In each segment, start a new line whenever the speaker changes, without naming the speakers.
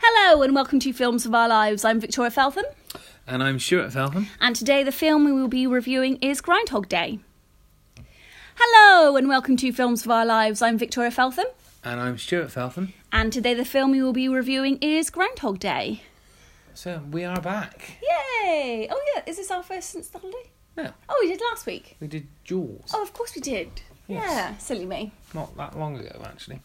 Hello and welcome to Films of Our Lives. I'm Victoria Feltham,
And I'm Stuart Feltham.
and today the film we will be reviewing is Groundhog Day. Hello and welcome to Films of Our Lives. I'm Victoria Feltham,
And I'm Stuart Feltham.
and today the film we will be reviewing is Groundhog Day.
So we are back.
Yay! Oh, yeah, is this our first since the holiday?
No,
Oh, we did last week.
we did Jaws
Oh, of course we did.
Yes.
Yeah, silly me.
not that long ago, actually.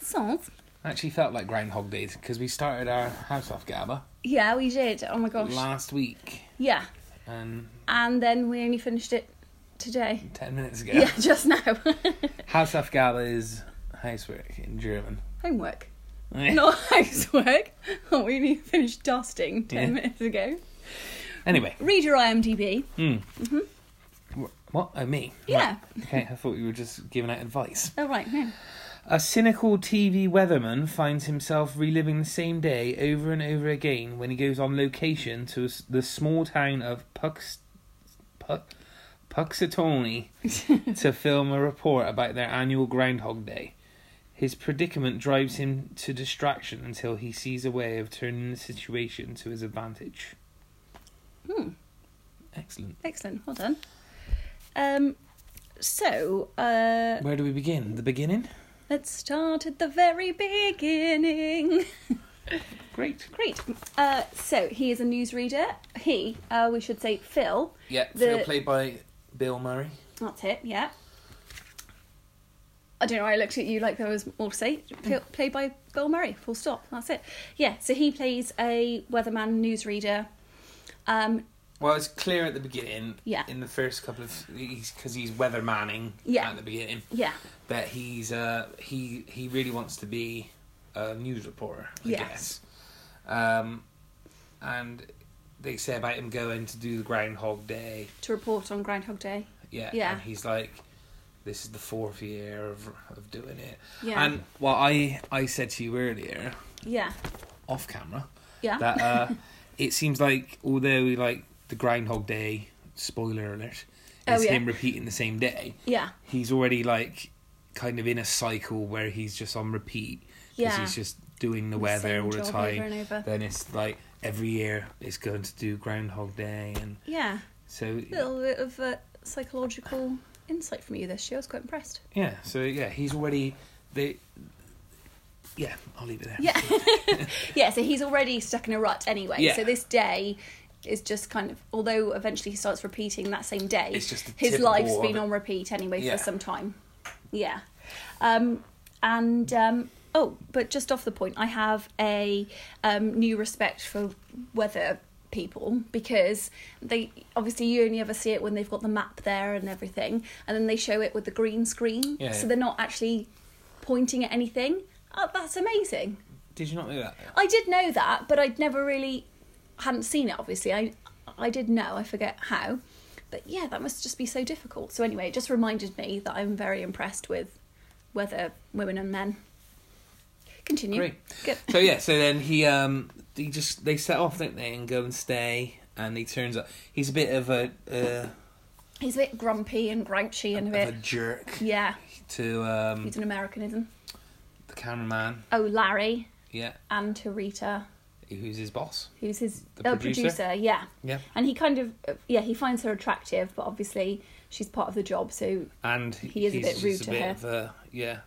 So,
Actually, felt like Groundhog Day because we started our House Off Gabba
yeah, we did. Oh my gosh.
last week
Yeah,
and
and then we only finished it today.
10 minutes ago.
Yeah, just now.
House Off Gabba is housework in German.
Homework. not housework. Oh, we only finished dusting 10
Yeah.
minutes ago.
Anyway, Hmm.
Read your IMDb.
wh- what? Oh, me?
Mm-hmm. Yeah.
Right. Okay, I thought you were just giving out advice.
Oh, right, no.
A cynical TV weatherman finds himself reliving the same day over and over again when he goes on location to s- the small town of Pux, Pu- Puxatawny to film a report about their annual Groundhog Day. His predicament drives him to distraction until he sees a way of turning the situation to his advantage.
Hmm.
Excellent.
Excellent, well done. Um, so, uh,
Where do we begin? The beginning?
let's start at the very beginning.
Great.
Great. Uh, so, he is a newsreader. He, uh, we should say Phil.
Yeah,
The-
so played by Bill Murray.
That's it, yeah. I don't know why I looked at you like there was more to say. P- Played by Bill Murray, full stop, that's it. Yeah, so he plays a weatherman newsreader. Um,
Well, it's clear at the beginning.
Yeah.
In the first couple of, he's because he's weathermanning.
Yeah.
At the beginning,
yeah,
that he's uh he he really wants to be a news reporter. I
Yes.
Guess. Um, and they say about him going to do the Groundhog Day.
to report on Groundhog Day.
Yeah.
Yeah.
And he's like, this is the fourth year of of doing it.
Yeah.
And well, I I said to you earlier
yeah.
off camera
Yeah.
that uh, it seems like although like the Groundhog Day spoiler alert
Oh,
is
yeah.
him repeating the same day.
yeah.
He's already like kind of in a cycle where he's just on repeat because
Yeah.
he's just doing the
The
weather
same
all the
job
time.
over and over.
Then it's like every year it's going to do Groundhog Day, and
Yeah.
so
A little bit of uh, psychological insight from you this year. I was quite impressed.
yeah, so yeah, he's already the yeah. I'll leave it there.
Yeah. yeah, so he's already stuck in a rut anyway.
Yeah.
So this day is just kind of, although eventually he starts repeating that same day,
It's just the
his
typical
life's
of
been
it.
on repeat anyway
Yeah.
for some time. Yeah. Um, and, um, oh, but just off the point, I have a um, new respect for weather people because they obviously you only ever see it when they've got the map there and everything and then they show it with the green screen
Yeah.
so they're not actually pointing at anything oh, that's amazing
Did you not know that?
I did know that, but I'd never really hadn't seen it. Obviously, I I did know. I forget how, but yeah, that must just be so difficult. So anyway, it just reminded me that I'm very impressed with whether women and men. Continue.
Great.
Good.
so yeah, so then he um he just they set off, don't they, and go and stay, and he turns up. He's a bit of a uh,
He's a bit grumpy and grouchy and a
of
bit
a jerk
yeah.
to um
He's an Americanism.
the cameraman,
Oh, Larry
yeah,
and to Rita,
who's his boss.
who's his
The
oh,
producer?
producer. Yeah,
Yeah,
and he kind of uh, yeah he finds her attractive, but obviously she's part of the job, so
and
He is a
he's
bit rude
just
to
a bit
her.
Of a, yeah,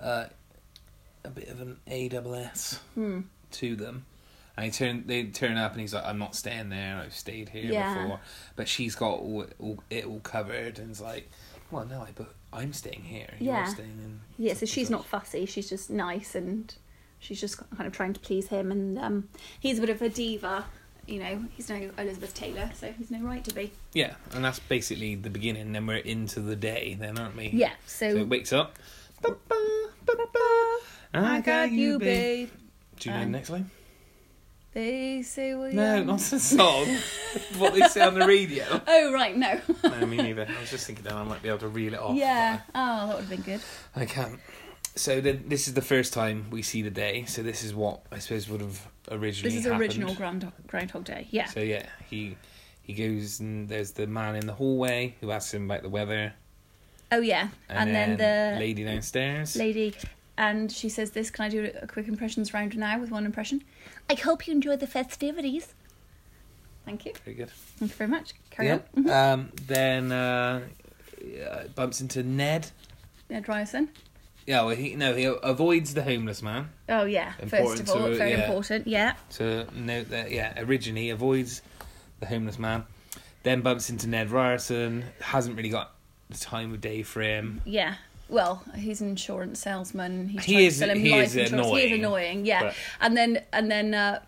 uh, a bit of an AWS
Hmm.
to them. And he turn they turn up and he's like, I'm not staying there. I've stayed here
Yeah.
before, but she's got all, all it all covered and it's like, well, no, I but I'm staying here. You're
Yeah.
staying in.
Yeah,
such
so
and
she's
such."
not fussy. She's just nice, and she's just kind of trying to please him. And um, he's a bit of a diva, you know. He's no Elizabeth Taylor, so he's no right to be.
Yeah, and that's basically the beginning. Then we're into the day, then, aren't we?
Yeah.
So
So,
it wakes up. Ba-ba, ba-ba-ba, I got you, babe. Do you know
Um,
the next line?
They say we.
No,
are-
not the song. what they say on the radio.
Oh right, no.
no, me neither. I was just thinking that I might be able to reel it off.
yeah. Oh, that would have been good.
but I can't. So then, this is the first time we see the day. So this is what I suppose would have originally.
This is
happened.
original Groundhog, Groundhog Day. Yeah.
So yeah, he he goes and there's the man in the hallway who asks him about the weather,
oh yeah, and, then, the
lady downstairs.
lady and she says this. Can I do a quick impressions round now with one impression? I hope you enjoy the festivities. Thank you.
Very good.
Thank you very much. Carry on.
Yep. Um, then uh, yeah, it bumps into Ned.
Ned Ryerson.
Yeah, well, he no, he avoids the homeless man.
Oh yeah. First
Important
of all,
to-
very
yeah.
important. Yeah.
To note that, yeah, originally he avoids the homeless man. Then bumps into Ned Ryerson. Hasn't really got the time of day for him.
Yeah. Well, he's an insurance salesman. He's
He
trying
is-
to sell him
he
life
is
insurance. He is
annoying,
annoying. Yeah.
but-
And then and then uh,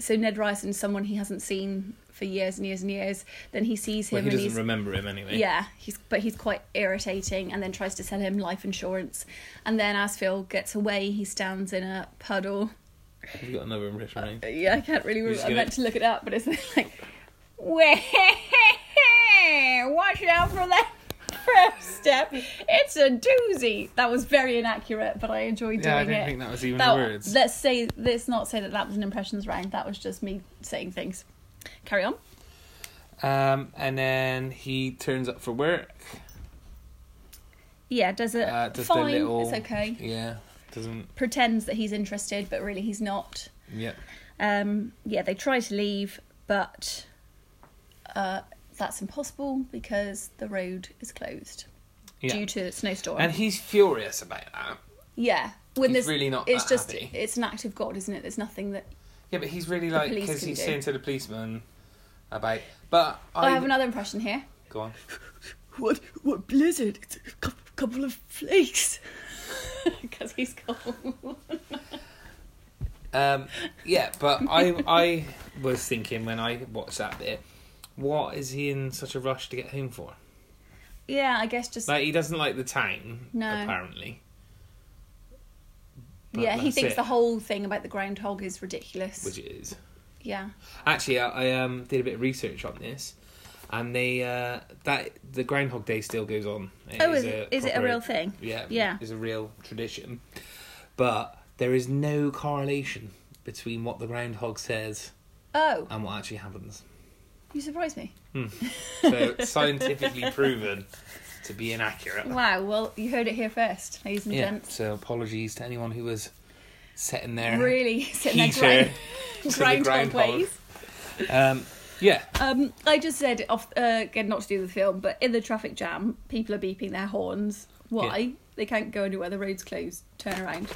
so Ned Ryerson, someone he hasn't seen for years and years and years. Then he sees him
Well, he
and
doesn't
he's
remember him anyway.
yeah. He's but he's quite irritating, and then tries to sell him life insurance. And then as Phil gets away, he stands in a puddle.
He's got another
Uh,
impression. right?
Yeah, I can't really.
We're
remember.
just
I
gonna-
meant to look it up, but it's like, watch out for that first step. It's a doozy. That was very inaccurate, but I enjoyed doing
Yeah, I don't
it.
think that was even
That-
words.
Let's say let's not say that that was an impressions round. That was just me saying things. Carry on.
Um, and then he turns up for work.
Yeah, does it
Uh, does
fine?
the little
It's okay.
Yeah, doesn't.
Pretends that he's interested, but really he's not.
Yeah.
Um, yeah, they try to leave, but uh, that's impossible because the road is closed
Yeah.
due to the snowstorm.
and he's furious about that.
yeah, when
He's
there's
really not
it's
that
just
happy.
it's an act of God, isn't it? There's nothing that
Yeah, but he's really
The
like
police
because
can
he's
do.
saying to the policeman about. But I,
I have another impression here.
Go on.
What what blizzard? It's a cou- couple of flakes. Because he's cold.
Um, yeah, but I I was thinking when I watched that bit, what is he in such a rush to get home for?
yeah, I guess just
Like he doesn't like the town.
No.
Apparently. But
yeah. He
that's
thinks
it,
the whole thing about the groundhog is ridiculous.
Which it is.
yeah.
Actually, I, I um did a bit of research on this, and they uh that the Groundhog Day still goes on. It
oh, is, it,
a
is it a
proper-
real thing?
Yeah,
Yeah.
is a real tradition, but there is no correlation between what the groundhog says
Oh,
and what actually happens.
you surprised me.
So it's scientifically proven to be inaccurate.
Wow, well, you heard it here first, ladies and
Yeah.
gents.
So apologies to anyone who was setting their
Really sitting there
heater
grind,
to the
groundhog
groundhog.
ways.
Um, yeah,
Um, I just said off uh, again, not to do with the film, but in the traffic jam, people are beeping their horns. Why?
Yeah.
They can't go anywhere. The road's closed. Turn around.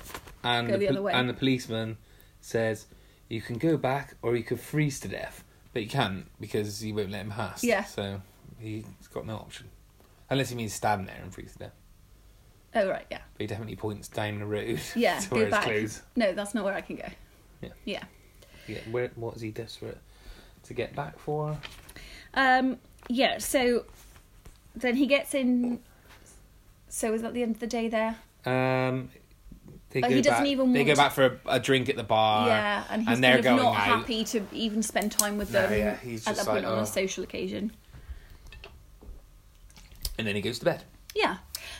and
Go
the,
the
pol-
other way.
and the policeman says you can go back or you could freeze to death, but you can't because you won't let him pass.
Yeah.
So he's got no option, unless he means stand there and freeze to death.
Oh right, yeah,
But he definitely points down the road.
yeah.
to where
go
his
back.
clothes.
No, that's not where I can go.
Yeah.
Yeah.
Yeah. Where? What is he desperate to get back for?
Um, yeah. So then he gets in. So is that the end of the day there?
Um. They
But
go
he doesn't
back,
even
They go
want-
back for a, a drink at the bar.
yeah, and he's
Uh, and
kind
they're
of
going
not
out.
happy to even spend time with
No,
them
yeah, he's
at
just
that point
like,
on
"Oh."
a social occasion.
And then he goes to bed.
Yeah.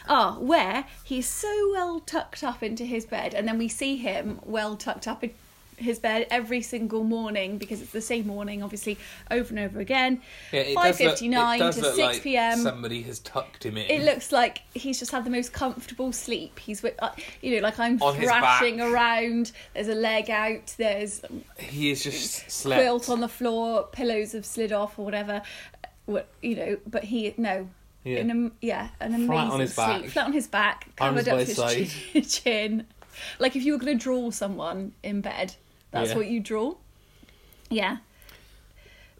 Ah, where he's so well tucked up into his bed, and then we see him well tucked up in his bed every single morning because it's the same morning, obviously, over and over again.
Yeah, it
Five
does look- it
fifty nine to
does look
six
like
p.m.
Somebody has tucked him in.
it looks like he's just had the most comfortable sleep. He's, wi- uh, you know, like I'm
On his
thrashing
back.
around. There's a leg out. There's
he has just slept.
quilt on the floor. Pillows have slid off or whatever. What you know? But he no.
Yeah.
An am- yeah, an amazing
Flat on his
sleep.
back.
Flat on his back,
Arms
covered up
by
his
side.
chi- chin. Like if you were going to draw someone in bed, that's
Yeah.
what you draw. Yeah.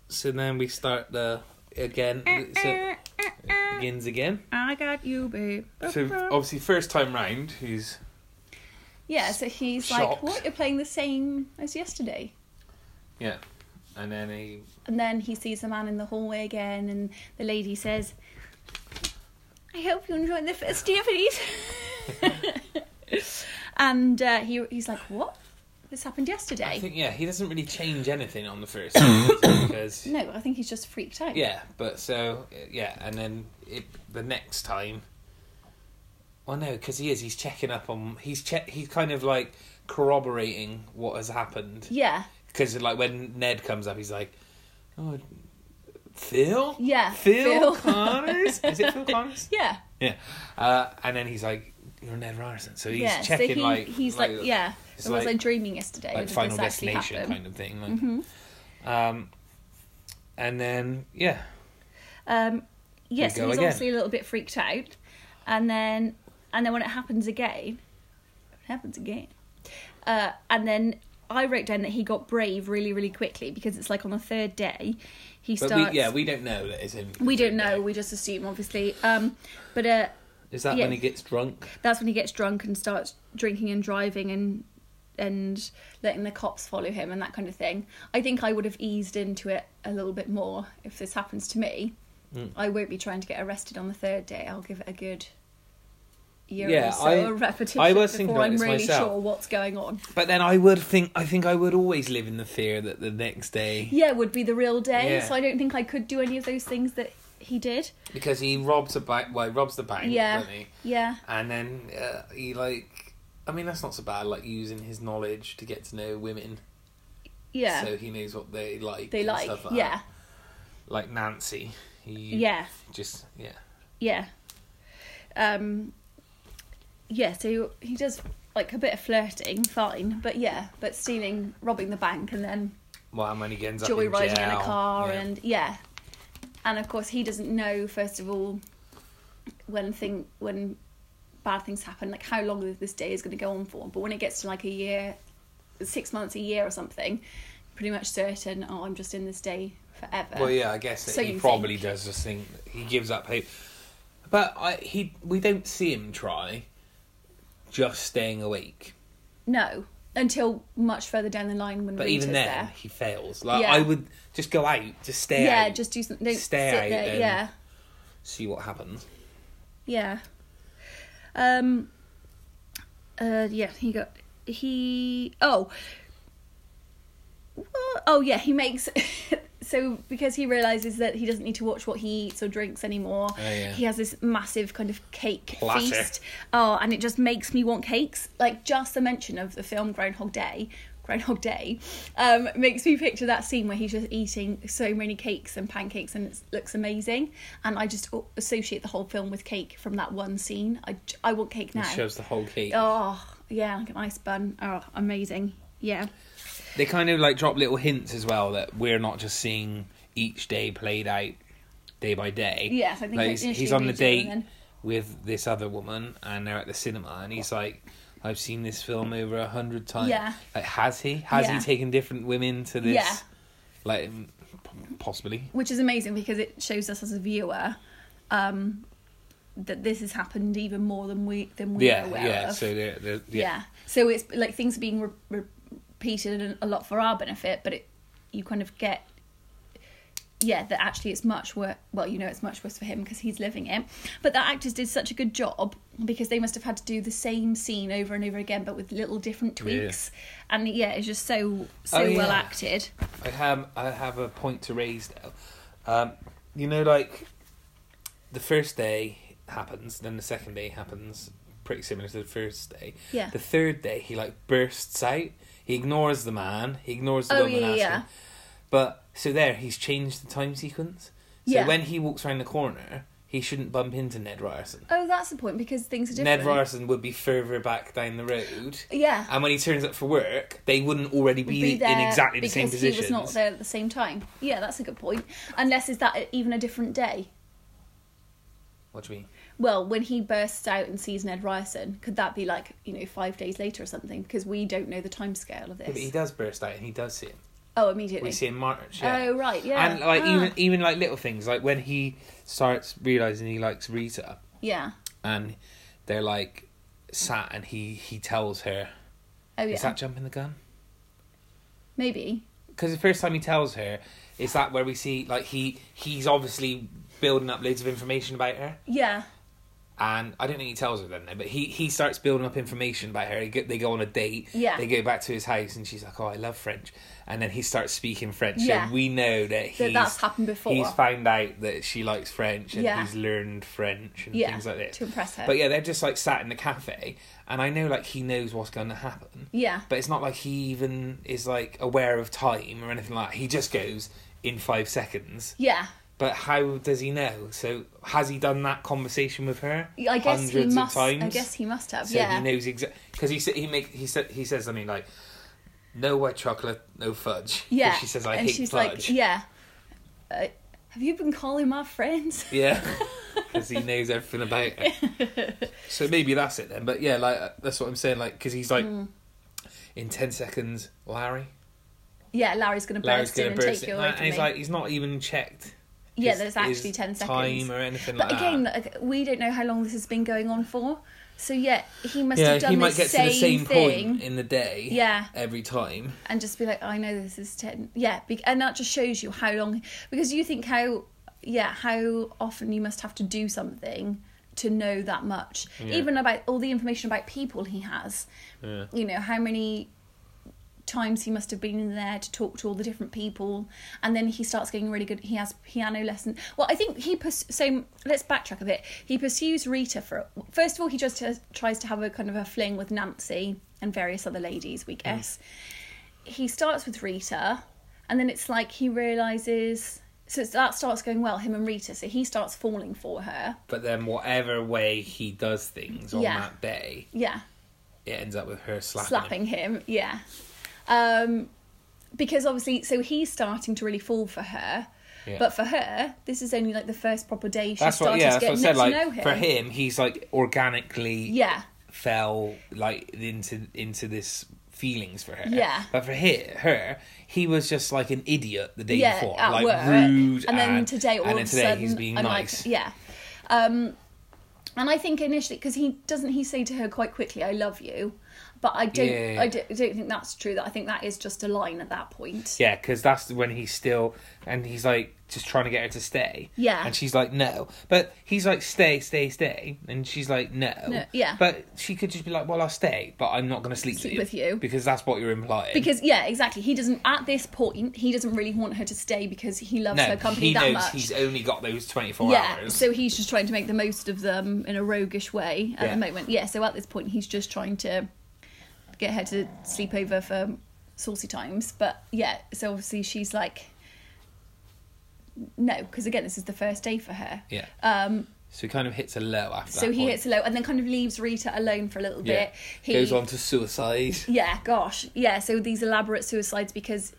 So then we start the again. So
Uh,
it begins again.
I got you, babe.
So obviously, first time round, he's
yeah, so he's like,
shocked.
"What? You're playing the same as yesterday."
yeah, and then he
And then he sees the man in the hallway again, and the lady says, I hope you enjoy the festivities. and uh, he, he's like, What? This happened yesterday.
I think yeah, he doesn't really change anything on the first one does he? because
no, I think he's just freaked out.
yeah, but so yeah, and then it, the next time. Well, no, because he is. He's checking up on. He's check. He's kind of like corroborating what has happened.
Yeah.
Because like when Ned comes up, he's like, "Oh, Phil."
Yeah,
Phil,
Phil."
Connors. Is it Phil Connors?
Yeah.
Yeah. Uh, and then he's like, you're never Ireland. So he's
yeah,
checking
so he,
like
he's like, yeah,
it's
or was
like-
I dreaming yesterday? Or
like
did
Final
this actually
Destination
happen? Mm-hmm.
kind of thing. Like, um, and then yeah,
Um, yeah,
We
so
go
he's
again.
obviously a little bit freaked out, and then and then when it happens again, it happens again, uh, and then I wrote down that he got brave really really quickly because it's like on the third day, he
but
starts.
we, yeah, we don't know that it's him.
we don't know. We just assume, obviously. Um, but uh,
Is that
yeah.
when he gets drunk?
that's when he gets drunk and starts drinking and driving and and letting the cops follow him and that kind of thing. I think I would have eased into it a little bit more if this happens to me.
Mm.
I won't be trying to get arrested on the third day. I'll give it a good year
Yeah,
or so
I-
of repetition
I was thinking
before
about
I'm
this
really
myself.
sure what's going on.
But then I would think. I think I would always live in the fear that the next day
Yeah, would be the real day.
Yeah.
So I don't think I could do any of those things that he did.
because he robs a bank. Well, he robs the bank.
Yeah.
doesn't he?
Yeah.
and then uh, he like. I mean, that's not so bad. Like using his knowledge to get to know women,
Yeah.
so he knows what they like.
they
and
like,
stuff like
yeah.
that. like Nancy. He
Yeah.
just yeah.
Yeah. Um yeah, so he does like a bit of flirting, fine, but yeah, but stealing, robbing the bank and then
Well, and when he ends up in
joyriding in,
jail,
a car
yeah.
and yeah. And of course he doesn't know first of all when thing when bad things happen, like how long this day is going to go on for. But when it gets to like a year, 6 months a year or something, pretty much certain, oh, I'm just in this day forever.
Well, yeah, I guess that
uh, So
he
you
probably
think.
does just think he gives up hope. But I, he, we don't see him try just staying awake.
No, until much further down the line when
But
Rita's
even then,
there.
he fails. Like
Yeah.
I would just go out, just stare,
yeah,
out,
just do something. Don't
Stay
sit
out
there.
and-
Yeah,
see what happens.
yeah. Um. Uh. Yeah. He got. He. Oh. What? Oh yeah. He makes. so because he realizes that he doesn't need to watch what he eats or drinks anymore.
Oh, yeah.
He has this massive kind of cake
Platter.
feast. Oh, and it just makes me want cakes. Like just the mention of the film Groundhog Day. Groundhog Day um, makes me picture that scene where he's just eating so many cakes and pancakes and it looks amazing. And I just o- associate the whole film with cake from that one scene. I, j- I want cake now.
He shoves the whole cake.
Oh, yeah, like an ice bun. Oh, amazing. Yeah.
They kind of like drop little hints as well that we're not just seeing each day played out day by day.
Yes, I think
Like,
I
he's, he's
initially
on the
read it and
date
then-
with this other woman, and they're at the cinema, and he's like, "I've seen this film over a hundred times."
Yeah.
Like, has he? Has he
Yeah.
taken different women to this?
Yeah.
Like, mm, p- possibly.
which is amazing because it shows us as a viewer um, that this has happened even more than we than we
yeah,
are aware
yeah.
of.
So they're, they're yeah.
So it's like things are being re- re- repeated a lot for our benefit, but it you kind of get yeah that actually it's much worse. Well, you know it's much worse for him because he's living it. But the actors did such a good job because they must have had to do the same scene over and over again, but with little different tweaks. And yeah, it's just so so
Oh,
well
yeah.
acted.
I have I have a point to raise now. Um, you know, like the first day happens, then the second day happens, pretty similar to the first day.
Yeah.
The third day, he like bursts out. He ignores the man. He ignores the
Oh,
woman
yeah,
asking.
yeah.
But so there, he's changed the time sequence. So
Yeah.
when he walks around the corner, he shouldn't bump into Ned Ryerson.
Oh, that's the point because things are different.
Ned Ryerson would be further back down the road.
Yeah.
And when he turns up for work, they wouldn't already be,
be there
in exactly the same
because
position.
he was not there at the same time. Yeah, that's a good point. Unless is that even a different day?
What do you mean?
Well, when he bursts out and sees Ned Ryerson, could that be like you know five days later or something? Because we don't know the timescale of
Yeah, but he
this.
does burst out and he does see him.
Oh,
We
immediately.
see him March. Yeah.
Oh, right, yeah.
And like
Ah.
even even like little things like when he starts realizing he likes Rita
Yeah.
and they're like sat and he he tells her
Oh yeah.
is that jumping the gun
Maybe.
because the first time he tells her is that where we see like he he's obviously building up loads of information about her
Yeah.
and I don't think he tells her then, but he, he starts building up information about her. He go- They go on a date.
Yeah.
They go back to his house, and she's like, "Oh, I love French," and then he starts speaking French.
Yeah.
So we know that he's
that's happened before.
He's found out that she likes French, and
Yeah.
he's learned French and
Yeah.
things like this.
To impress her.
But yeah, they're just like sat in the cafe, and I know like he knows what's going to happen.
Yeah.
But it's not like he even is like aware of time or anything like. that. He just goes in five seconds.
Yeah.
But how does he know? So has he done that conversation with her?
I guess he
hundreds of
must. I
times?
guess he must have.
So
yeah.
he knows exactly because he said he make he said he says something like, "No white chocolate, no fudge." 'Cause
yeah.
She says, "I
and
hate
she's
fudge."
like, yeah. Uh, have you been calling my friends?
yeah. Because he knows everything about her. so maybe that's it then. But yeah, like uh, that's what I'm saying. Like because he's like,
Hmm.
in ten seconds, Larry,
Yeah, Larry's gonna
Larry's
burst in
going
and
to burst
take
it,
you
and,
away from
he's
me.
like, he's not even checked.
yeah,
his-
there's
his
actually ten seconds.
Time or anything
But
like
again,
that.
like, we don't know how long this has been going on for. So yeah, he must have
yeah,
done
he
the,
might get
same
to the same
thing
point in the day.
Yeah.
Every time.
and just be like, "Oh, I know this is ten. Yeah, be- and that just shows you how long because you think how yeah how often you must have to do something to know that much.
Yeah.
Even about all the information about people he has,
Yeah.
you know how many times he must have been in there to talk to all the different people and then he starts getting really good he has piano lessons well i think he pers- so let's backtrack a bit he pursues rita for first of all he just has, tries to have a kind of a fling with nancy and various other ladies
Mm.
we guess he starts with rita and then it's like he realizes so it's, that starts going well him and rita so he starts falling for her
But then, whatever way he does things on
Yeah.
that day,
yeah
it ends up with her
slapping
slapping. him.
him. Yeah. Um, because obviously, so he's starting to really fall for her.
Yeah.
But for her, this is only like the first proper day she's
That's what,
starting
yeah,
to
that's what I
get
said.
to know
Like
him.
for him, he's like organically
Yeah.
fell like into into this feelings for her.
Yeah.
But for he, her, he was just like an idiot the day
yeah,
before,
at
like
work.
rude,
and then
and-
today, all of
and then
a
today
sudden,
he's being
and
nice.
Like, yeah. Um, and I think initially, because he doesn't, he say to her quite quickly, "I love you," but I don't,
Yeah.
I don't, I don't think that's true. That I think that is just a line at that point.
Yeah, because that's when he's still, and he's like just trying to get her to stay.
Yeah.
And she's like, no. But he's like, stay, stay, stay. And she's like, no.
No, yeah.
But she could just be like, well, I'll stay, but I'm not going to sleep,
Sleep with you.
Because that's what you're implying.
Because yeah, exactly. He doesn't at this point. He doesn't really want her to stay because he loves
no,
her company
he
that
knows
much.
he's only got those 24
yeah,
hours.
so he's just trying to make the most of them in a roguish way at
Yeah.
the moment. Yeah, so at this point he's just trying to get her to sleep over for saucy times. But yeah, so obviously she's like, no, because again this is the first day for her.
yeah.
Um,
So he kind of hits a low after
so
that
he
point.
hits a low and then kind of leaves Rita alone for a little
yeah.
bit. He
Goes on to suicide.
yeah, gosh. Yeah, so these elaborate suicides because,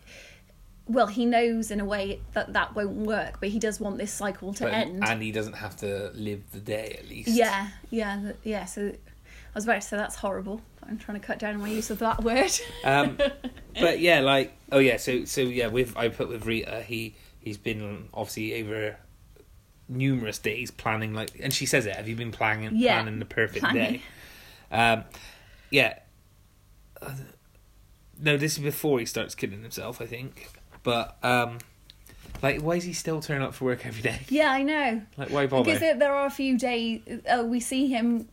well, he knows in a way that that won't work, but he does want this cycle to
But-
end.
And he doesn't have to live the day at least.
Yeah, yeah, th- yeah. So I was about to say that's horrible. But I'm trying to cut down on my use of that word.
Um, but yeah, like oh yeah, so so yeah, with I put with Rita, he he's been obviously over numerous days planning like, and she says it. Have you been planning
Yeah,
planning the perfect
planning.
day? Um, yeah. Uh, No, this is before he starts killing himself, I think. But um, like, why is he still turning up for work every day?
yeah, I know.
Like, why bother?
Because there, there are a few days uh, we see him.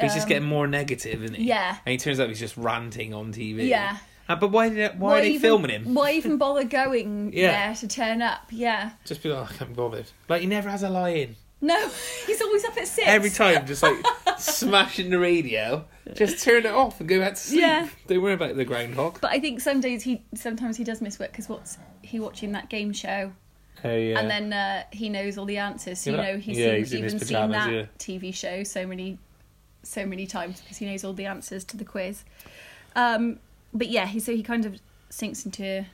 He's just
um,
getting more negative, isn't he?
yeah.
And he turns out he's just ranting on TV.
Yeah.
Uh, but why did it, why, are they
even,
filming him?
Why even bother going
Yeah.
there to turn up? Yeah.
Just be like, I can't be bothered. Like he never has a lie in.
No, he's always up at six.
Every time, just like smashing the radio. Just turn it off and go back to sleep.
Yeah.
Don't worry about the groundhog.
But I think some days he sometimes he does miss work because what's he watching that game show
yeah.
and then uh, he knows all the answers. So,
Yeah,
you
but-
know he's,
yeah,
he's
he's in his
even seen
pyjamas,
that
yeah.
TV show so many so many times because he knows all the answers to the quiz. Um, but yeah, he so he kind of sinks into a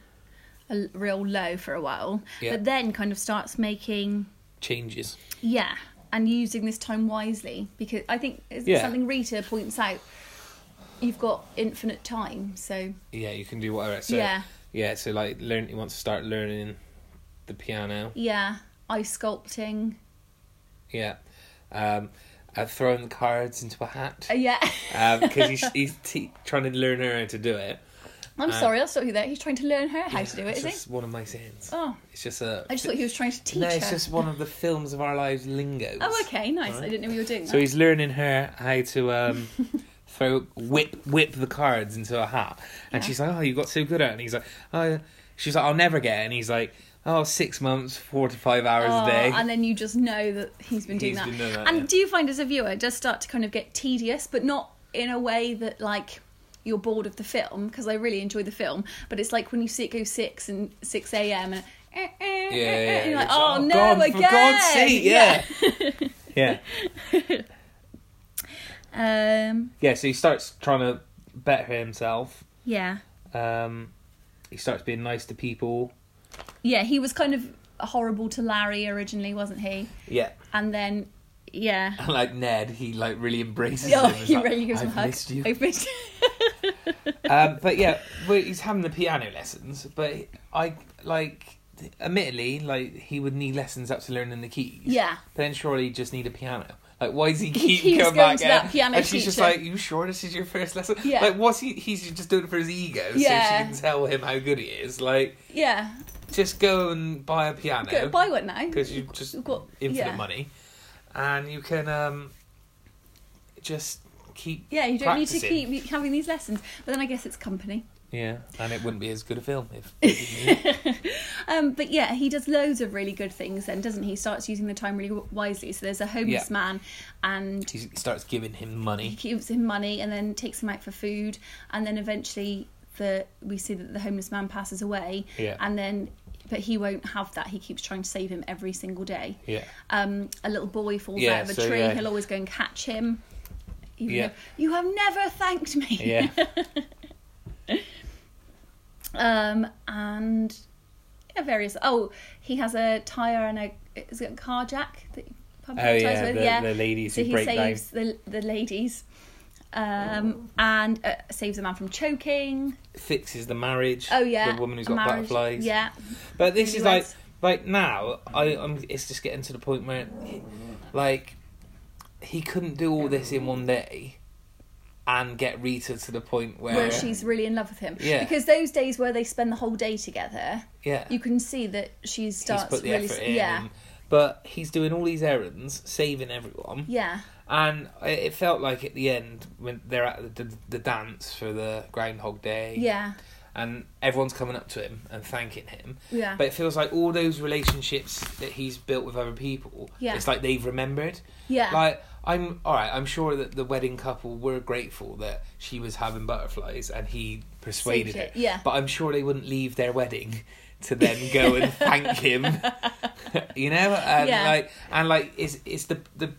l- real low for a while,
Yeah.
but then kind of starts making
changes.
yeah and using this time wisely because I think it's
Yeah.
something Rita points out. You've got infinite time, so
Yeah, you can do whatever. So,
yeah.
Yeah. So like, learn. He wants to start learning the piano.
Yeah, ice sculpting.
Yeah. Um, uh, throwing cards into a hat.
Uh, yeah,
Because he's he's te- trying to learn her how to do it.
I'm
Uh,
sorry, I'll stop you there. He's trying to learn her how to do it,
It's
isn't he?
just one of my sayings.
Oh,
It's just a.
I just thought he was trying to teach
no,
her.
it's just one of the films of our lives lingos.
Oh, okay, nice.
Alright.
I didn't know you were doing that.
So he's learning her how to um, throw whip whip the cards into a hat, and
Yeah.
she's like, "Oh, you got so good at it." And he's like, "Oh," she's like, "I'll never get it." And he's like, "Oh, six months, four to five hours
Oh,
a day."
And then you just know that he's been doing
He's
that.
been doing that,
and
yeah.
do you find as a viewer it does start to kind of get tedious, but not in a way that like you're bored of the film because I really enjoy the film, but it's like when you see it go six and six a.m. and eh, eh,
Yeah, yeah.
You're like,
it's,
oh, no,
God, For
again.
God's sake, yeah. yeah.
Um,
Yeah, so he starts trying to better himself.
yeah.
Um, he starts being nice to people.
Yeah, he was kind of horrible to Larry originally, wasn't he?
Yeah.
And then, yeah.
And like Ned, he like really embraces
Oh,
him. He's
he
like,
really gives him
I've
a hug.
missed you.
I've missed-
um, but yeah, well, he's having the piano lessons. But I like, admittedly, like he would need lessons up to learning the keys.
yeah.
Then surely you just need a piano. Like, why does he keep
keeps
coming
going
back?
to that
and-
piano
and she's just
teacher.
like, "You sure this is your first lesson?"
Yeah.
Like, what's he? He's just doing it for his ego, so
Yeah.
she can tell him how good he is. Like,
Yeah.
just go and buy a piano.
Go, buy one now.
because you've just
You've got-
infinite
yeah.
money, and you can um, just keep.
Yeah, you don't need to
practicing.
keep having these lessons. But then I guess it's company.
Yeah, and it wouldn't be as good a film if.
Um, but yeah, he does loads of really good things then, doesn't he? Starts using the time really wisely. So there's a homeless
Yeah.
man and
he starts giving him
he
money.
gives him money and then takes him out for food and then eventually the we see that the homeless man passes away
Yeah.
and then but he won't have that. He keeps trying to save him every single day.
Yeah,
Um, a little boy falls
Yeah,
out of a
so,
tree,
yeah.
he'll always go and catch him. Even
Yeah.
though, you have never thanked me.
yeah,
um, and yeah, various. Oh, he has a tire and a is it a car jack that he
Oh,
publicises
yeah,
with?
the-
yeah,
the ladies
so
who
he
break
saves the the ladies,
Oh.
um, and uh, saves a man from choking.
fixes the marriage.
Oh yeah,
the woman who's
a
got
marriage.
butterflies.
Yeah,
but this
really
is like
was.
like now I I'm, it's just getting to the point where, like, he couldn't do all this in one day, and get Rita to the point where,
where she's really in love with him.
Yeah.
because those days where they spend the whole day together,
yeah
you can see that she starts
he's put the
really.
effort in.
Yeah,
But he's doing all these errands, saving everyone,
yeah,
and it- it felt like at the end when they're at the, the, the dance for the Groundhog Day,
yeah,
and everyone's coming up to him and thanking him.
yeah.
But it feels like all those relationships that he's built with other people,
Yeah.
it's like they've remembered.
Yeah.
Like I'm all right. I'm sure that the wedding couple were grateful that she was having butterflies and he persuaded her.
Saved it, yeah.
But I'm sure they wouldn't leave their wedding to then go and thank him. you know, and
Yeah.
like and like is is the the.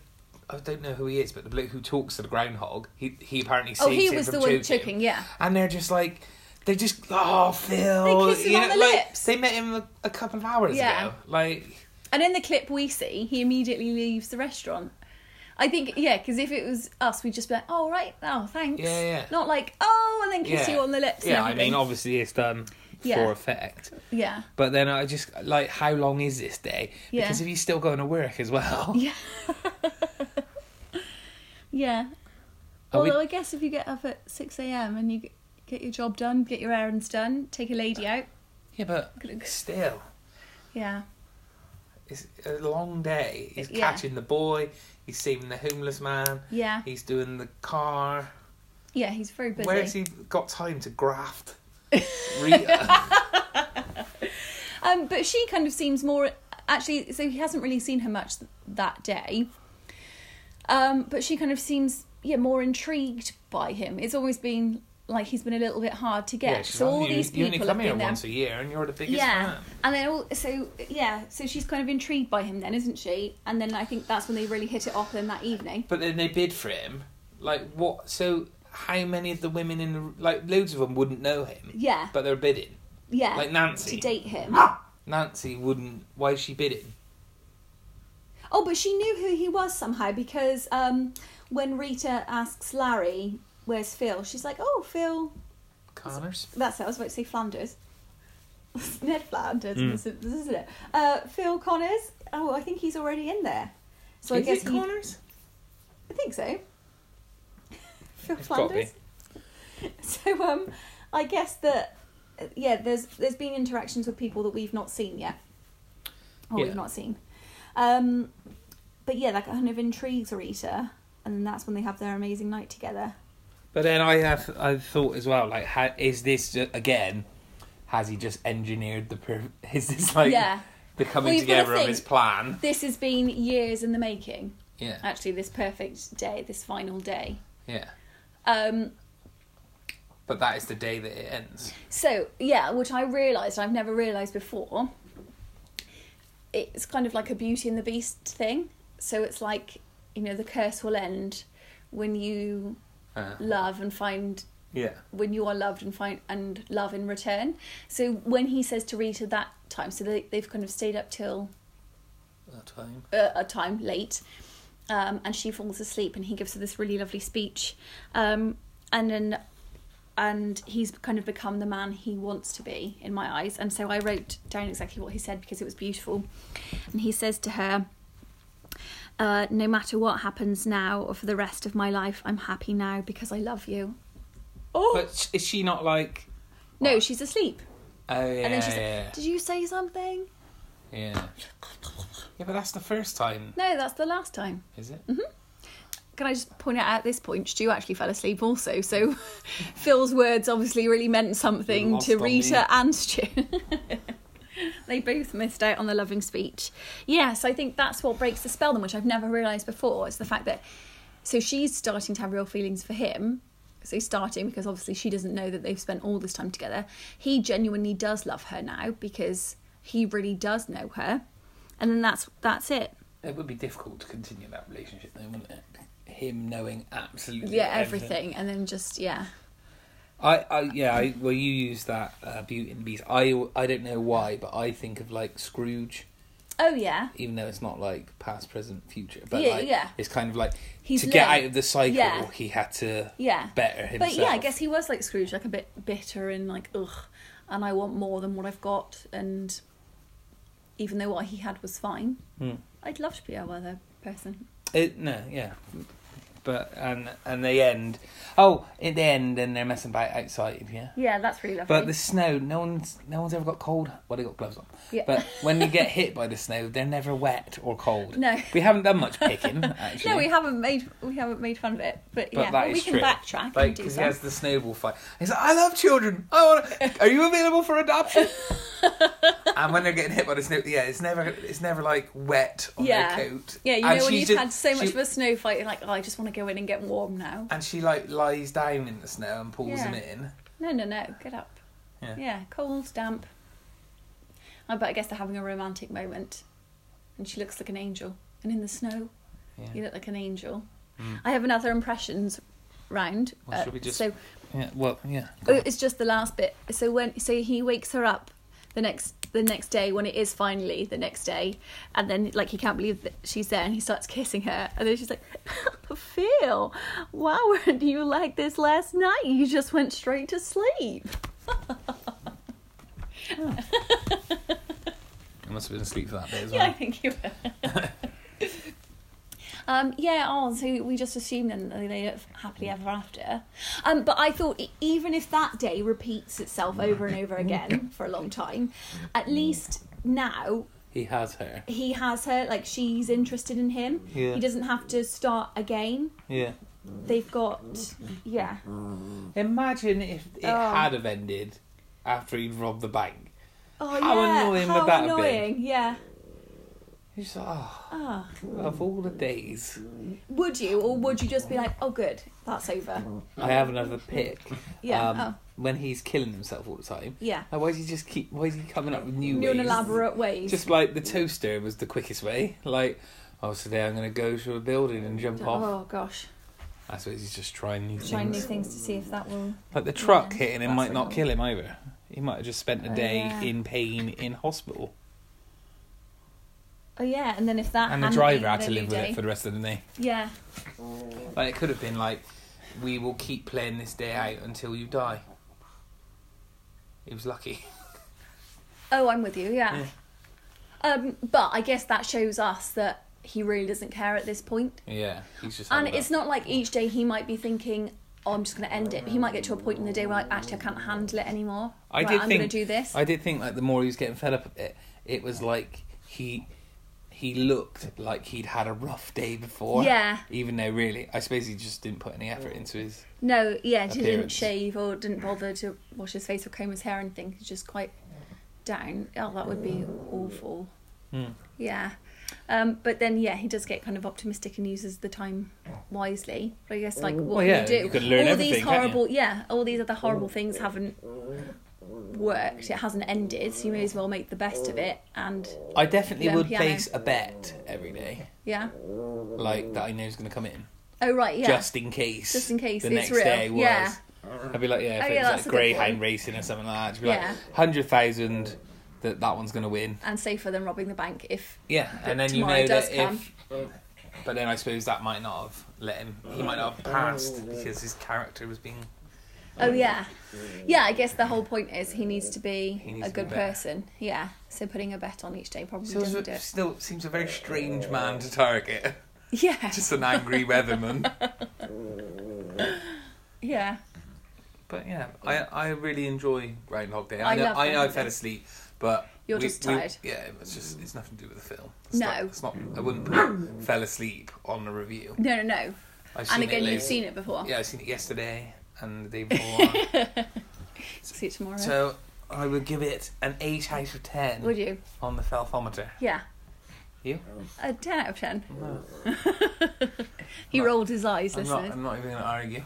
I don't know who he is, but the bloke who talks to the groundhog, he he apparently saves
oh, he
him
was
from
the one
choking
choking. Yeah,
and they're just like they're just oh Phil
They kiss him
you
on
know,
the
like,
lips.
they met him a, a couple of hours
Yeah.
ago like
And in the clip we see, he immediately leaves the restaurant. I think, yeah, because if it was us, we'd just be like, oh, right, oh, thanks.
Yeah, yeah.
Not like, oh, and then kiss
yeah.
you on the lips.
yeah
and
I mean
everything.
obviously it's done
Yeah.
for effect
yeah.
but then I just like how long is this day
Yeah.
because if he's still going to work as well
Yeah. yeah.
Are we-
Although I guess if you get up at 6 a.m. and you g- get your job done, get your errands done, take a lady out.
yeah but still
Yeah.
it's a long day he's
Yeah.
catching the boy he's saving the homeless man
Yeah.
he's doing the car
Yeah, he's very busy.
where's he got time to graft uh, Rita
Um, but she kind of seems more actually. So he hasn't really seen her much th- that day. Um, but she kind of seems yeah more intrigued by him. It's always been like he's been a little bit hard to get.
she's
so
like,
all
you,
these
you
people
only
have
come
been
here
there.
once a year and you're the biggest
yeah,
fan
and then all, so yeah, so she's kind of intrigued by him then, isn't she? And then I think that's when they really hit it off. Then that evening,
But then they bid for him. Like what? So how many of the women in the like loads of them wouldn't know him,
yeah,
but they're bidding.
yeah,
Like Nancy.
to date him.
Nancy wouldn't. Why is she bidding?
Oh, but she knew who he was somehow because um, when Rita asks Larry, "Where's Phil?" she's like, "Oh, Phil."
Connors.
That's it. I was about to say Flanders. Ned Flanders,
Mm.
this is- isn't it? Uh, Phil Connors. Oh, I think he's already in there. So I guess he,
Connors.
I think so. Phil
It's gotta be.
Flanders. So um, I guess that uh, yeah, there's there's been interactions with people that we've not seen yet, or
Yeah.
we've not seen. Um, but yeah, that kind of intrigues Rita, and then that's when they have their amazing night together.
But then I have I thought as well. Like, how, is this ju- again? Has he just engineered the? Per- is this like
yeah,
the coming
Well, you've gotta
together of
think.
his plan?
this has been years in the making.
Yeah,
actually this perfect day, this final day.
yeah.
Um,
But that is the day that it ends.
so yeah, which I realised I've never realised before it's kind of like a Beauty and the Beast thing. So it's like you know the curse will end when you
Uh,
love and find
yeah.
when you are loved and find and love in return. So when he says to Rita that time, so they they've kind of stayed up till
That time.
uh, a time late, um, and she falls asleep, and he gives her this really lovely speech, um, and then and he's kind of become the man he wants to be in my eyes, and so I wrote down exactly what he said because it was beautiful, and he says to her. Uh, no matter what happens now or for the rest of my life, I'm happy now because I love you. Oh
But sh- is she not like?
no, she's asleep.
Oh yeah,
And then she
yeah,
said, Did you say something?
yeah. Yeah, but that's the first time,
No, that's the last time.
is it?
Can I just point out at this point, Stu actually fell asleep also, so Phil's words obviously really meant something
Lost
to
on
Rita
me.
and Stu. they both missed out on the loving speech. Yes, I think that's what breaks the spell, then, which I've never realised before. It's the fact that so she's starting to have real feelings for him. So starting because obviously she doesn't know that they've spent all this time together. He genuinely does love her now because he really does know her, and then that's that's it.
It would be difficult to continue that relationship, though, wouldn't it? Him knowing absolutely
Yeah, everything, and then just yeah.
I, I yeah, I, well, you use that uh, Beauty and the Beast. I, I don't know why, but I think of like Scrooge,
Oh yeah.
even though it's not like past, present, future. But
Yeah,
like,
yeah.
it's kind of like
He's
to get
learned.
out of the cycle,
Yeah.
he had to
Yeah.
better himself.
But yeah, I guess he was like Scrooge, like a bit bitter and like ugh, and I want more than what I've got. And even though what he had was fine,
Hmm.
I'd love to be a weather person.
It, no, yeah, but and and they end. Oh, at the end, and they're messing about outside, yeah.
Yeah, that's really lovely.
But the snow, no one's no one's ever got cold. Well, they got gloves on.
Yeah.
But when you get hit by the snow, they're never wet or cold.
No.
we haven't done much picking actually.
no, we haven't made we haven't made fun of it, but,
But
yeah,
that
well, we
is
can
true.
backtrack
Like
and do
because he
that.
has the snowball fight. He's like, I love children. I want. Are you available for adoption? and when they're getting hit by the snow, yeah, it's never it's never like wet on
Yeah.
their coat.
Yeah, you
And
know when
she
you've
just-
had so much
she-
of a snow fight, you're like, oh, I just want to go in and get warm now.
And she like lies down in the snow and pulls
Yeah.
him in.
No, no, no, get up.
Yeah.
cold, damp. I bet I guess they're having a romantic moment, and she looks like an angel, and in the snow. You
Yeah.
look like an angel.
Mm.
I have another impressions round. Uh,
Well, should we just-
So
yeah. Well, yeah.
oh, it's just the last bit. So when so he wakes her up the next the next day when it is finally the next day, and then like he can't believe that she's there, and he starts kissing her, and then she's like, "Phil, why weren't you like this last night? You just went straight to sleep."
I must have been asleep for that day as
Yeah, I think you were. um, yeah, oh, so we just assume then that they live happily ever after. Um, but I thought e- even if that day repeats itself over and over again for a long time, at least now
He has her.
he has her, like she's interested in him.
Yeah.
He doesn't have to start again.
Yeah.
They've got, yeah.
Imagine if it
Oh.
had have ended after he'd robbed the bank.
Oh,
How
yeah.
annoying
How
would that have been?
annoying, yeah.
He's like, oh,
Ah.
of all the days,
Would you, or would you just be like, oh, good, that's over?
I have another pick.
Yeah.
Um,
oh,
When he's killing himself all the time.
yeah.
Like, why does he just keep? Why is he coming up with new,
New and
ways?
elaborate ways.
Just like the toaster was the quickest way. Like, oh, today I'm gonna go to a building and jump off.
Oh gosh,
I suppose he's just trying new
trying new
things.
things to see if that will.
Like the truck
Yeah,
hitting him
that's
might
a
not
good
kill him either. He might have just spent a
Oh,
day
yeah.
in pain in hospital,
Oh yeah, and then if that
and the
hadn't
driver
been
had to
the
live with
new
it for the rest of the day.
day- Yeah,
Like it could have been like, we will keep playing this day out until you die. He was lucky.
Oh, I'm with you. Yeah.
Yeah.
Um, but I guess that shows us that he really doesn't care at this point.
Yeah, he's just.
And
held up.
it's not like each day he might be thinking, "Oh, I'm just going to end it." But he might get to a point in the day where like, actually I can't handle it anymore.
I
right,
did
I'm going
think-
to do this.
I did think like the more he was getting fed up of it, it was like he he looked like he'd had a rough day before.
Yeah.
Even though really, I suppose he just didn't put any effort into his.
No, yeah, he didn't
Appearance.
shave or didn't bother to wash his face or comb his hair and things. He's just quite down. Oh, that would be awful.
Hmm.
Yeah. Um, but then, yeah, he does get kind of optimistic and uses the time wisely. But I guess, like, what
Well, yeah,
do you do?
you can learn
all
everything,
these
can't you?
horrible, yeah, all these other horrible things haven't worked. It hasn't ended, so you may as well make the best of it. And
I definitely
Yeah,
would
piano.
place a bet every day,
yeah.
like that I know is going to come in,
Oh right, yeah.
just in case.
Just in case
the
it's
next
real.
day was.
Yeah.
I'd be like, yeah, if
Oh,
it
yeah,
was
that's
like
a good
greyhound
point.
racing or something like that, it'd be
Yeah.
like hundred thousand that that one's going to win.
and safer than robbing the bank if
Yeah, and then you
tomorrow
know
does
that if. But then I suppose that might not have let him. He might not have passed because his character was being.
Oh yeah, yeah. I guess the whole point is he needs to be
He needs
a
to be
good
better.
person. Yeah. So putting a bet on each day probably
Still,
doesn't do it.
still seems a very strange man to target.
Yeah.
Just an angry weatherman.
yeah.
But yeah, I I really enjoy Groundhog Day. I,
I
know
love
I know I
Groundhog
fell
Day.
asleep, but
You're just tired.
yeah, it's just it's nothing to do with the film. It's
No.
not, it's not. I wouldn't put fell asleep on the review.
No, no, no.
I've
and again,
later.
you've seen it before.
Yeah, I've seen it yesterday and the day before.
See it tomorrow.
so I would give it an eight out of ten
Would you?
on the Felthometer.
Yeah.
You?
A ten out of ten.
No.
He
Not-
rolled his eyes.
I'm
Listeners.
not. I'm not even going to argue.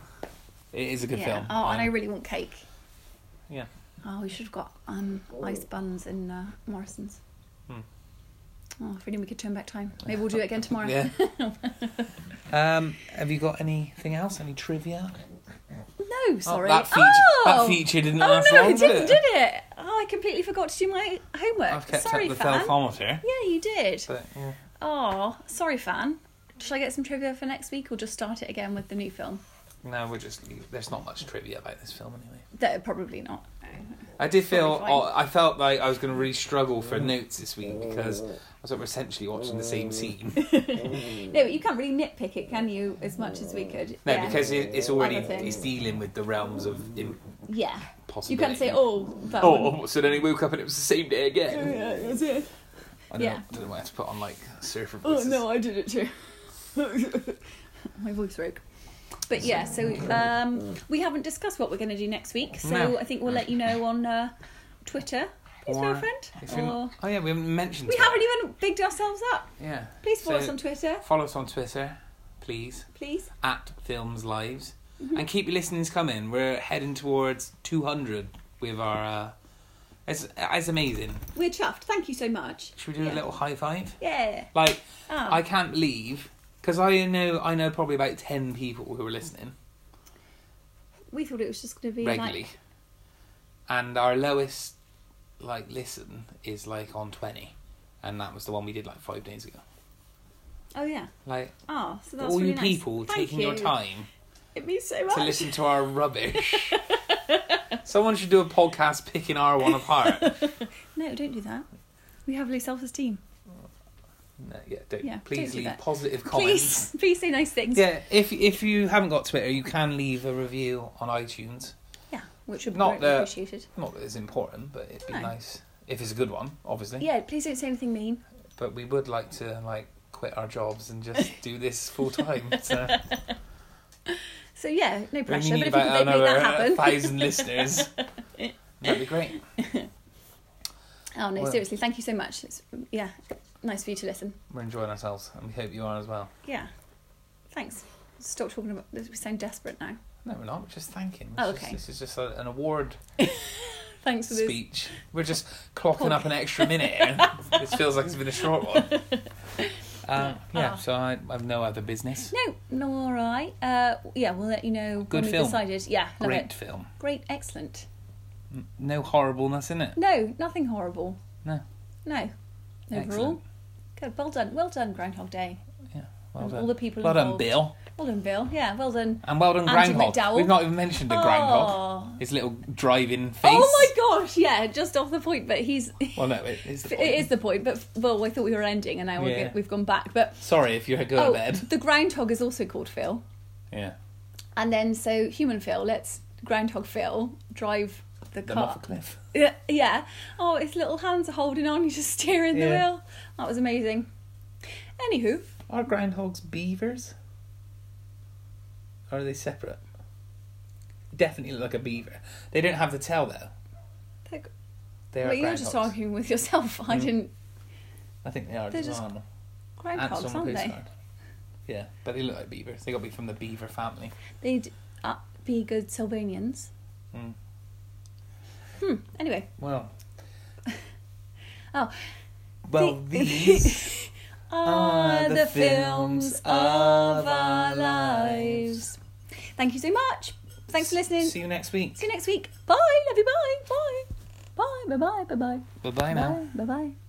It is a good
yeah.
film.
Oh, and I
Um,
really want cake.
Yeah.
Oh, we should have got um, ice buns in uh, Morrison's.
Hmm.
Oh, if only we could turn back time. Maybe we'll do it again tomorrow.
Yeah. um, have you got anything else? Any trivia? Oh,
No, sorry.
that, feature, that feature didn't
Oh
last
no,
long,
it didn't,
did
did it? Oh, I completely forgot to do my homework.
I've kept
sorry,
up the
fan.
Felthometer.
Yeah, you did.
But, yeah.
Oh, sorry, fan. Should I get some trivia for next week, or just start it again with the new film?
No, we'll just leave. There's not much trivia about this film anyway.
No, probably not.
I did feel
Probably
oh, I felt like I was going to really struggle for notes this week because I was like, we're essentially watching the same scene. no,
No, but you can't really nitpick it, can you? As much as we could. yeah.
because it, it's already
Other things.
it's dealing with the realms of
yeah, you
impossibility.
can't say oh, that one.
Oh, so then he woke up and it was the same day again.
Yeah, that's it.
I don't,
Yeah.
know, I don't know why I have to put on like surfer
Oh
voices.
no, I did it too. My voice broke. But yeah, so um, we haven't discussed what we're going to do next week, so
No.
I think we'll let you know on uh, Twitter. Please,
Or
girlfriend.
If
Or
you're not- oh yeah, we haven't mentioned.
we
it.
haven't even bigged ourselves up.
Yeah.
Please follow
So-
us on Twitter,
Follow us on Twitter, please.
please.
at Films Lives,
Mm-hmm.
and keep your listenings coming. We're heading towards 200 with our. Uh, it's it's amazing.
We're chuffed. Thank you so much.
Should we do
Yeah.
a little high five?
Yeah.
Like
Oh.
I can't believe because I know I know probably about 10 people who are listening
we thought it was just going to be
regularly,
like
and our lowest like listen is like on 20, and that was the one we did like five days ago.
oh yeah,
Like
oh so that's
all
really
you
nice.
people
Thank
taking your
you.
time
It means so
to
much.
listen to our rubbish. Someone should do a podcast picking our one apart.
No, don't do that. We have low self-esteem.
No, yeah, don't.
Yeah,
please
don't do
leave
that.
positive comments.
Please, please say nice things.
Yeah, if if you haven't got Twitter, you can leave a review on iTunes.
Yeah, which would be
Not
greatly
that-
appreciated.
Not that it's important, but it'd be
No.
nice if it's a good one, obviously.
Yeah, please don't say anything mean.
But we would like to like quit our jobs and just do this full time. So
So yeah, no
we only
pressure. But
need
if you
about
could make
another uh,
that happen,
thousand listeners. That'd be great.
oh no,
Well-
seriously, thank you so much. It's yeah, nice for you to listen.
We're enjoying ourselves, and we hope you are as well.
Yeah, thanks. Stop talking about. We sound desperate now.
No, we're not. We're just thanking. It's
Oh,
just-
okay.
this is just a, an award
Thanks for this.
speech. We're just clocking up an extra minute. here. this feels like it's been a short one. Um, yeah,
Ah.
so I, I've no other business.
No, no, all right. Uh, yeah, we'll let you know when
Good
we
film.
decided. Yeah, love
Great
it.
film.
Great, excellent.
No horribleness in it.
No, nothing horrible.
No.
No. Overall,
Excellent.
good. Well done. Well done, Groundhog Day.
Well
And
done.
all the people
well done,
involved.
Bill.
Well done, Bill. Yeah, well done.
And well done,
Andy
Groundhog.
McDowell.
We've not even mentioned the Groundhog.
Oh.
His little driving face.
Oh my gosh! Yeah, just off the point, but he's.
Well, no, it is the
It
point.
is the point, but well, I thought we were ending, and now we're
Yeah.
go- we've gone back. But
Sorry if you had go
oh,
to bed.
the groundhog is also called Phil,
Yeah.
and then so human Phil. Let's groundhog Phil drive the
Them
car.
off a cliff.
Yeah, yeah. Oh, his little hands are holding on. He's just steering the
Yeah.
wheel. That was amazing. Anywho,
Are groundhogs beavers? Or are they separate? Definitely look like a beaver. They don't have the tail though.
they're-
They are
well, you're
groundhogs.
just arguing with yourself. I
Mm.
didn't.
I think they are
They're
just,
just
normal.
Groundhogs,
Anselm
aren't they?
Coastguard. Yeah, but they look like beavers. They got to be from the beaver family. Mm.
They'd uh, be good Sylvanians. Hmm. Anyway,
Well.
Oh.
Well,
The-
these
are the films of our lives. Thank you so much. Thanks for listening.
See you next week.
See you next week. Bye. Love you. Bye. Bye. Bye. Bye. Bye. Bye.
Bye bye now.
Bye. Bye. Bye.